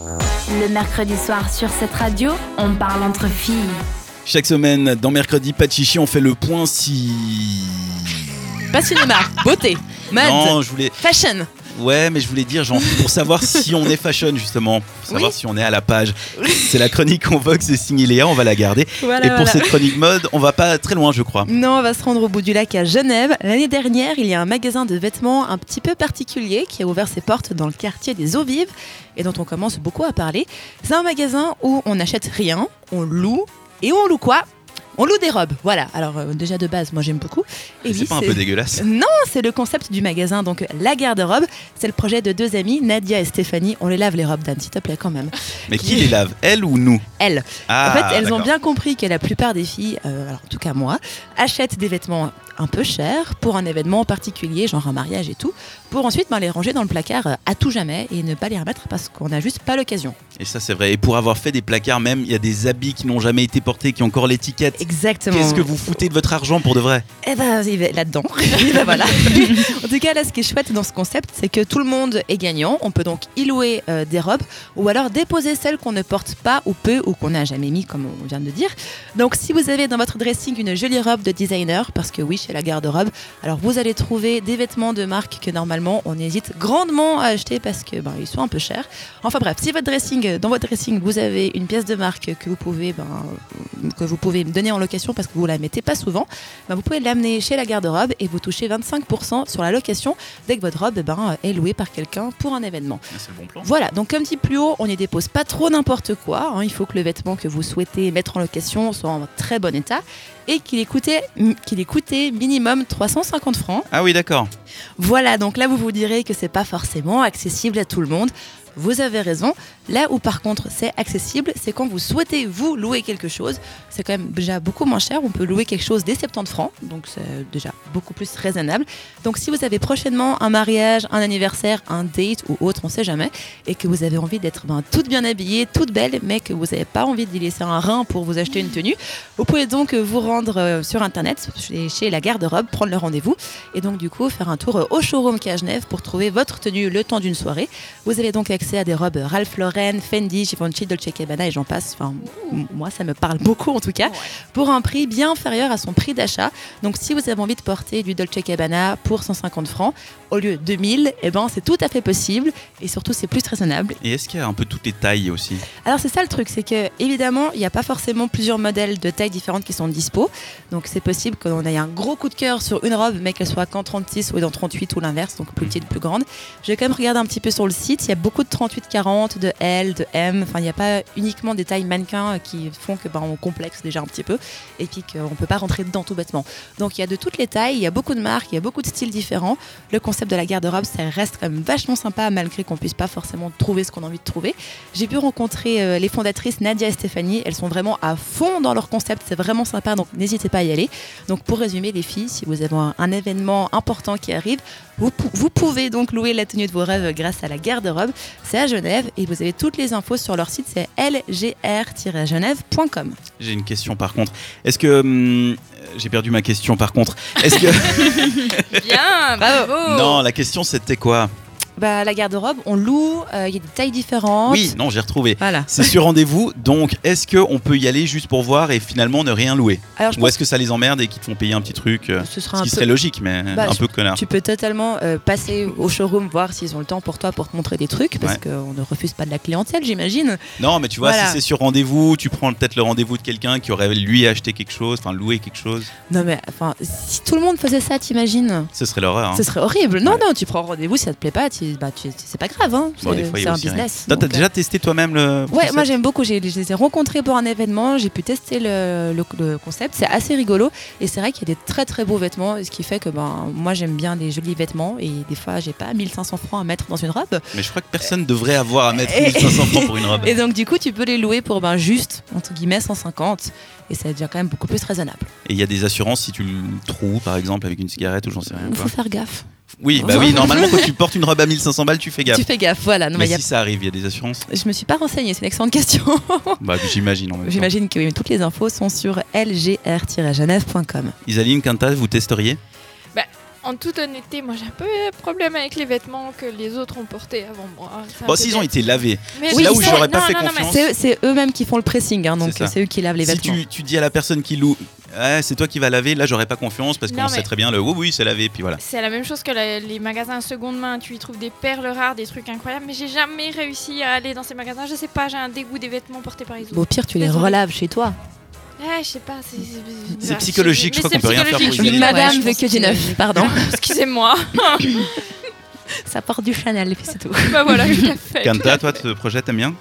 Le mercredi soir sur cette radio, on parle entre filles. Chaque semaine, dans Mercredi Pas de Chichi, on fait le point si. Pas cinéma, beauté, mode, Non, je voulais. fashion. Ouais, mais je voulais dire, genre, pour savoir si on est fashion, justement. Pour savoir Oui. si on est à la page. C'est la chronique Convox et signé Léa, on va la garder. Voilà, et pour cette chronique mode, on va pas très loin, je crois. Non, on va se rendre au bout du lac à Genève. L'année dernière, il y a un magasin de vêtements un petit peu particulier qui a ouvert ses portes dans le quartier des eaux vives et dont on commence beaucoup à parler. C'est un magasin où on n'achète rien, on loue et on loue quoi on loue des robes, voilà. Alors euh, déjà de base, moi j'aime beaucoup. Et C'est pas un peu dégueulasse Non, c'est le concept du magasin, donc la garde-robe. C'est le projet de deux amies, Nadia et Stéphanie. On les lave les robes, Dan, s'il te plaît, quand même. Mais qui les lave Elle ou nous Elles. En Ah, fait, elles ont d'accord. bien compris que la plupart des filles, euh, alors en tout cas moi, achètent des vêtements un peu chers pour un événement particulier, genre un mariage et tout, pour ensuite ben, les ranger dans le placard euh, à tout jamais et ne pas les remettre parce qu'on n'a juste pas l'occasion. Et ça, c'est vrai. Et pour avoir fait des placards, même, il y a des habits qui n'ont jamais été portés, qui ont encore l'étiquette. Exactement. Qu'est-ce que vous foutez de votre argent pour de vrai Eh ben, il va là-dedans. Eh ben, voilà. en tout cas, là, ce qui est chouette dans ce concept, c'est que tout le monde est gagnant. On peut donc y louer euh, des robes ou alors déposer celles qu'on ne porte pas ou peu ou qu'on n'a jamais mis, comme on vient de le dire. Donc, si vous avez dans votre dressing une jolie robe de designer, parce que oui, chez la garde-robe, alors vous allez trouver des vêtements de marque que normalement on hésite grandement à acheter parce que ben, ils sont un peu chers. Enfin bref, si votre dressing, euh, dans votre dressing, vous avez une pièce de marque que vous pouvez, ben, euh, que vous pouvez donner en location parce que vous la mettez pas souvent, ben, vous pouvez l'amener chez la garde-robe et vous touchez 25% sur la location dès que votre robe eh ben, est louée par quelqu'un pour un événement. Ah, C'est le bon plan. Voilà, donc comme dit plus haut, on n'y dépose pas trop n'importe quoi. hein. Il faut que le vêtement que vous souhaitez mettre en location soit en très bon état et qu'il ait coûté, qu'il ait coûté minimum 350 francs. Ah oui, d'accord. Voilà, donc là vous vous direz que c'est pas forcément accessible à tout le monde. Vous avez raison. Là où par contre c'est accessible, c'est quand vous souhaitez vous louer quelque chose. C'est quand même déjà beaucoup moins cher. On peut louer quelque chose dès 70 francs, donc c'est déjà beaucoup plus raisonnable. Donc si vous avez prochainement un mariage, un anniversaire, un date ou autre, on sait jamais, et que vous avez envie d'être ben, toute bien habillée, toute belle, mais que vous n'avez pas envie d'y laisser un rein pour vous acheter une tenue, vous pouvez donc vous rendre euh, sur internet, chez, chez la garde-robe, prendre le rendez-vous et donc du coup faire un tour euh, au showroom qui est à Genève pour trouver votre tenue le temps d'une soirée. Vous avez donc accès à des robes euh, Ralph Lauren, Fendi, Givenchy, Dolce Gabbana et j'en passe. Enfin, m- moi ça me parle beaucoup en tout cas pour un prix bien inférieur à son prix d'achat. Donc si vous avez envie de porter du Dolce Gabbana pour 150 francs au lieu de 1000, eh ben c'est tout à fait possible et surtout c'est plus raisonnable. Et est-ce qu'il y a un peu toutes les tailles aussi Alors c'est ça le truc, c'est que évidemment il n'y a pas forcément plusieurs modèles de tailles différentes qui sont dispo. Donc c'est possible qu'on ait un gros coup de cœur sur une robe, mais qu'elle soit qu'en 36 ou dans 38 ou l'inverse, donc plus petite, plus grande. J'ai quand même regardé un petit peu sur le site, il y a beaucoup de 38-40, de L, de M. Enfin il n'y a pas uniquement des tailles mannequins euh, qui font que ben, on complexe déjà un petit peu et puis qu'on ne peut pas rentrer dedans tout bêtement. Donc il y a de toutes les tailles, il y a beaucoup de marques, il y a beaucoup de styles différents. Le concept de la garde-robe, ça reste quand même vachement sympa malgré qu'on puisse pas forcément trouver ce qu'on a envie de trouver. J'ai pu rencontrer euh, les fondatrices Nadia et Stéphanie. Elles sont vraiment à fond dans leur concept. C'est vraiment sympa, donc n'hésitez pas à y aller. Donc pour résumer, les filles, si vous avez un, un événement important qui arrive, vous, pou- vous pouvez donc louer la tenue de vos rêves grâce à la garde-robe. C'est à Genève et vous avez toutes les infos sur leur site, c'est lgr-genève.com. J'ai une question par contre. Est-ce que. hum, j'ai perdu ma question par contre. Est-ce que. Bien, bravo. non, la question c'était quoi Bah, la garde-robe, on loue, euh, il y a des tailles différentes. Oui, non, j'ai retrouvé. Voilà. C'est sur rendez-vous, donc est-ce qu'on peut y aller juste pour voir et finalement ne rien louer Alors je Ou pense est-ce que ça les emmerde et qu'ils te font payer un petit truc euh, que ce sera Ce un qui peu serait logique, mais Bah, un peu connard. Tu peux totalement euh, passer au showroom, voir s'ils ont le temps pour toi pour te montrer des trucs, parce Ouais. qu'on ne refuse pas de la clientèle, j'imagine. Non, mais tu vois, Voilà. si c'est sur rendez-vous, tu prends peut-être le rendez-vous de quelqu'un qui aurait lui acheté quelque chose, enfin loué quelque chose, Non, mais enfin, si tout le monde faisait ça, t'imagines ce serait l'horreur. hein. Ce serait horrible. Non, non, tu prends rendez-vous, si ça te plaît pas, tu- bah, tu- c'est pas grave, hein. Bon, c'est des fois, il y c'est a un aussi rien. business. Toi, T'as donc, euh, déjà testé toi-même le. Ouais, concept moi j'aime beaucoup. J'ai, je les ai rencontrés pour un événement, j'ai pu tester le, le- le concept. C'est assez rigolo et c'est vrai qu'il y a des très très beaux vêtements, ce qui fait que ben, moi j'aime bien des jolis vêtements et des fois j'ai pas 1500 francs à mettre dans une robe. Mais je crois que personne devrait avoir à mettre Et- 1500 francs pour une robe. Et donc du coup, tu peux les louer pour ben juste entre guillemets 150 et ça devient quand même beaucoup plus raisonnable. Et il y a des assurances si tu le troues, par exemple, avec une cigarette ou j'en sais rien. Il quoi. faut faire gaffe. Oui, bah oui, normalement, quand tu portes une robe à 1500 balles, tu fais gaffe. Tu fais gaffe, voilà. Non, mais mais y a- si ça arrive, il y a des assurances Je me suis pas renseignée, c'est une excellente question. Bah, j'imagine en même temps. Oh. J'imagine que oui, mais toutes les infos sont sur lgr-genève.com. Isaline, Quintal, vous testeriez en toute honnêteté, moi j'ai un peu de problème avec les vêtements que les autres ont portés avant moi. Ah, C'est un Bon, peu Bah, s'ils ont bête. été lavés, Mais c'est là oui, où ça- j'aurais pas non, fait non, non, mais confiance. C'est c'est eux-mêmes qui font le pressing, hein, donc C'est ça. c'est eux qui lavent les si vêtements. tu, tu dis à la personne qui loue, Ouais, c'est toi qui vas laver, là j'aurais pas confiance parce qu'on Non, mais- sait très bien le oui, oui, c'est lavé, puis voilà. C'est la même chose que la- les magasins seconde main. Tu y trouves des perles rares, des trucs incroyables. Mais j'ai jamais réussi à aller dans ces magasins. Je sais pas, j'ai un dégoût des vêtements portés par les autres. Bon, au pire, tu les Désolée. relaves chez toi. Ah, je sais pas. c'est- C'est C'est psychologique, je mais crois qu'on c'est peut rien faire pour psychologique. Oui, Madame ouais, je veut pense que du que- neuf, pardon. Excusez-moi. Ça porte du Chanel, c'est tout. bah voilà, tout à fait. Kanta, toi, te projet, t'aimes bien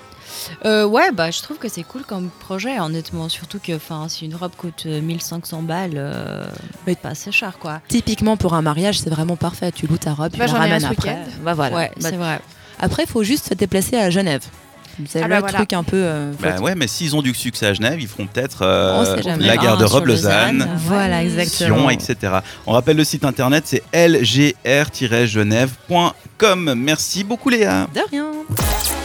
Euh, ouais, bah je trouve que c'est cool comme projet, honnêtement. Surtout que enfin, si une robe coûte euh, 1500 balles, euh, Mais- pas assez cher quoi. Typiquement, pour un mariage, c'est vraiment parfait. Tu loues ta robe, tu Bah, la j'en ai un ramènes ce après. week-end. Bah, voilà. ouais, Bah, c'est vrai. après, il faut juste se déplacer à Genève. C'est Ah, le bah, voilà. truc un peu. euh, Bah flottant. ouais, mais s'ils ont du succès à Genève, ils feront peut-être On sait euh, jamais. la Ah, garde-robe sur Lausanne. Lausanne, Voilà, Voilà, Sion, exactement. etc. On rappelle le site internet, c'est lgr-genève.com. Merci beaucoup Léa. De rien.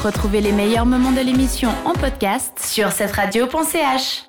Retrouvez les meilleurs moments de l'émission en podcast sur cette radio.ch.